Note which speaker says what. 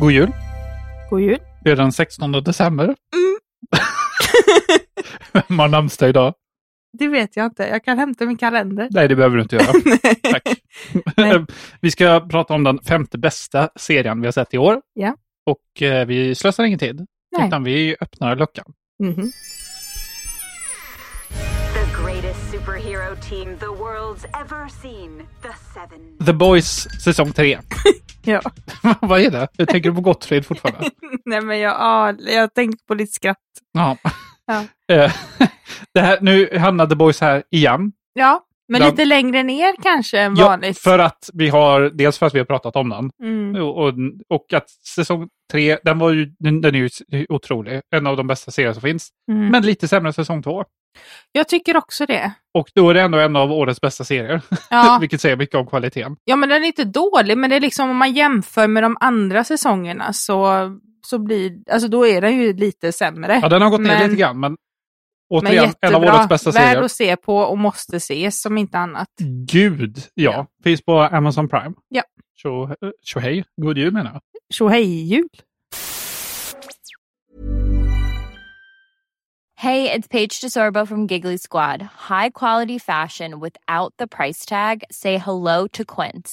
Speaker 1: God jul.
Speaker 2: God jul.
Speaker 1: Det är den 16 december.
Speaker 2: Mm.
Speaker 1: Vem har namnsdag idag?
Speaker 2: Det vet jag inte. Jag kan hämta min kalender.
Speaker 1: Nej, det behöver du inte göra. Tack.
Speaker 2: Nej.
Speaker 1: vi ska prata om den femte bästa serien vi har sett i år.
Speaker 2: Ja.
Speaker 1: Och eh, vi slösar ingen tid,
Speaker 2: Nej.
Speaker 1: utan vi öppnar luckan.
Speaker 2: Mhm.
Speaker 3: The greatest superhero team the world's ever seen. The Seven.
Speaker 1: The Boys säsong 3.
Speaker 2: Ja.
Speaker 1: Vad är det? Jag tänker på Gottfrid fortfarande.
Speaker 2: Nej, men jag, ja, jag tänkte på ditt skratt.
Speaker 1: Ja.
Speaker 2: Ja,
Speaker 1: Eh, det här, nu hamnar The Boys här igen.
Speaker 2: ja men
Speaker 1: Ja.
Speaker 2: lite längre ner kanske än
Speaker 1: Ja,
Speaker 2: vanligt.
Speaker 1: för att vi har, dels för att vi har pratat om den,
Speaker 2: Mm.
Speaker 1: Och, och, och att säsong tre, den, var ju, den, den är ju s- otrolig. En av de bästa serier som finns.
Speaker 2: Mm.
Speaker 1: Men lite sämre än säsong två.
Speaker 2: Jag tycker också det.
Speaker 1: Och då är det ändå en av årets bästa serier.
Speaker 2: Ja.
Speaker 1: Vilket säger mycket om kvaliteten.
Speaker 2: ja, men den är inte dålig, men det är liksom om man jämför med de andra säsongerna så, så blir, alltså då är den ju lite sämre.
Speaker 1: Ja, den har gått ner
Speaker 2: Men-
Speaker 1: lite grann, men
Speaker 2: men
Speaker 1: återigen, en
Speaker 2: jättebra.
Speaker 1: av årets bästa
Speaker 2: Värd
Speaker 1: serier. Mm.
Speaker 2: att se på och måste ses som inte annat.
Speaker 1: Gud, ja.
Speaker 2: Ja.
Speaker 1: Finns på Amazon Prime.
Speaker 2: Ja.
Speaker 1: Tjo eh, tjo hej, god jul menar jag.
Speaker 2: Tjohejjul!
Speaker 4: Hey, it's Paige DeSorbo from Giggly Squad. High quality fashion without the price tag. Say hello to Quince.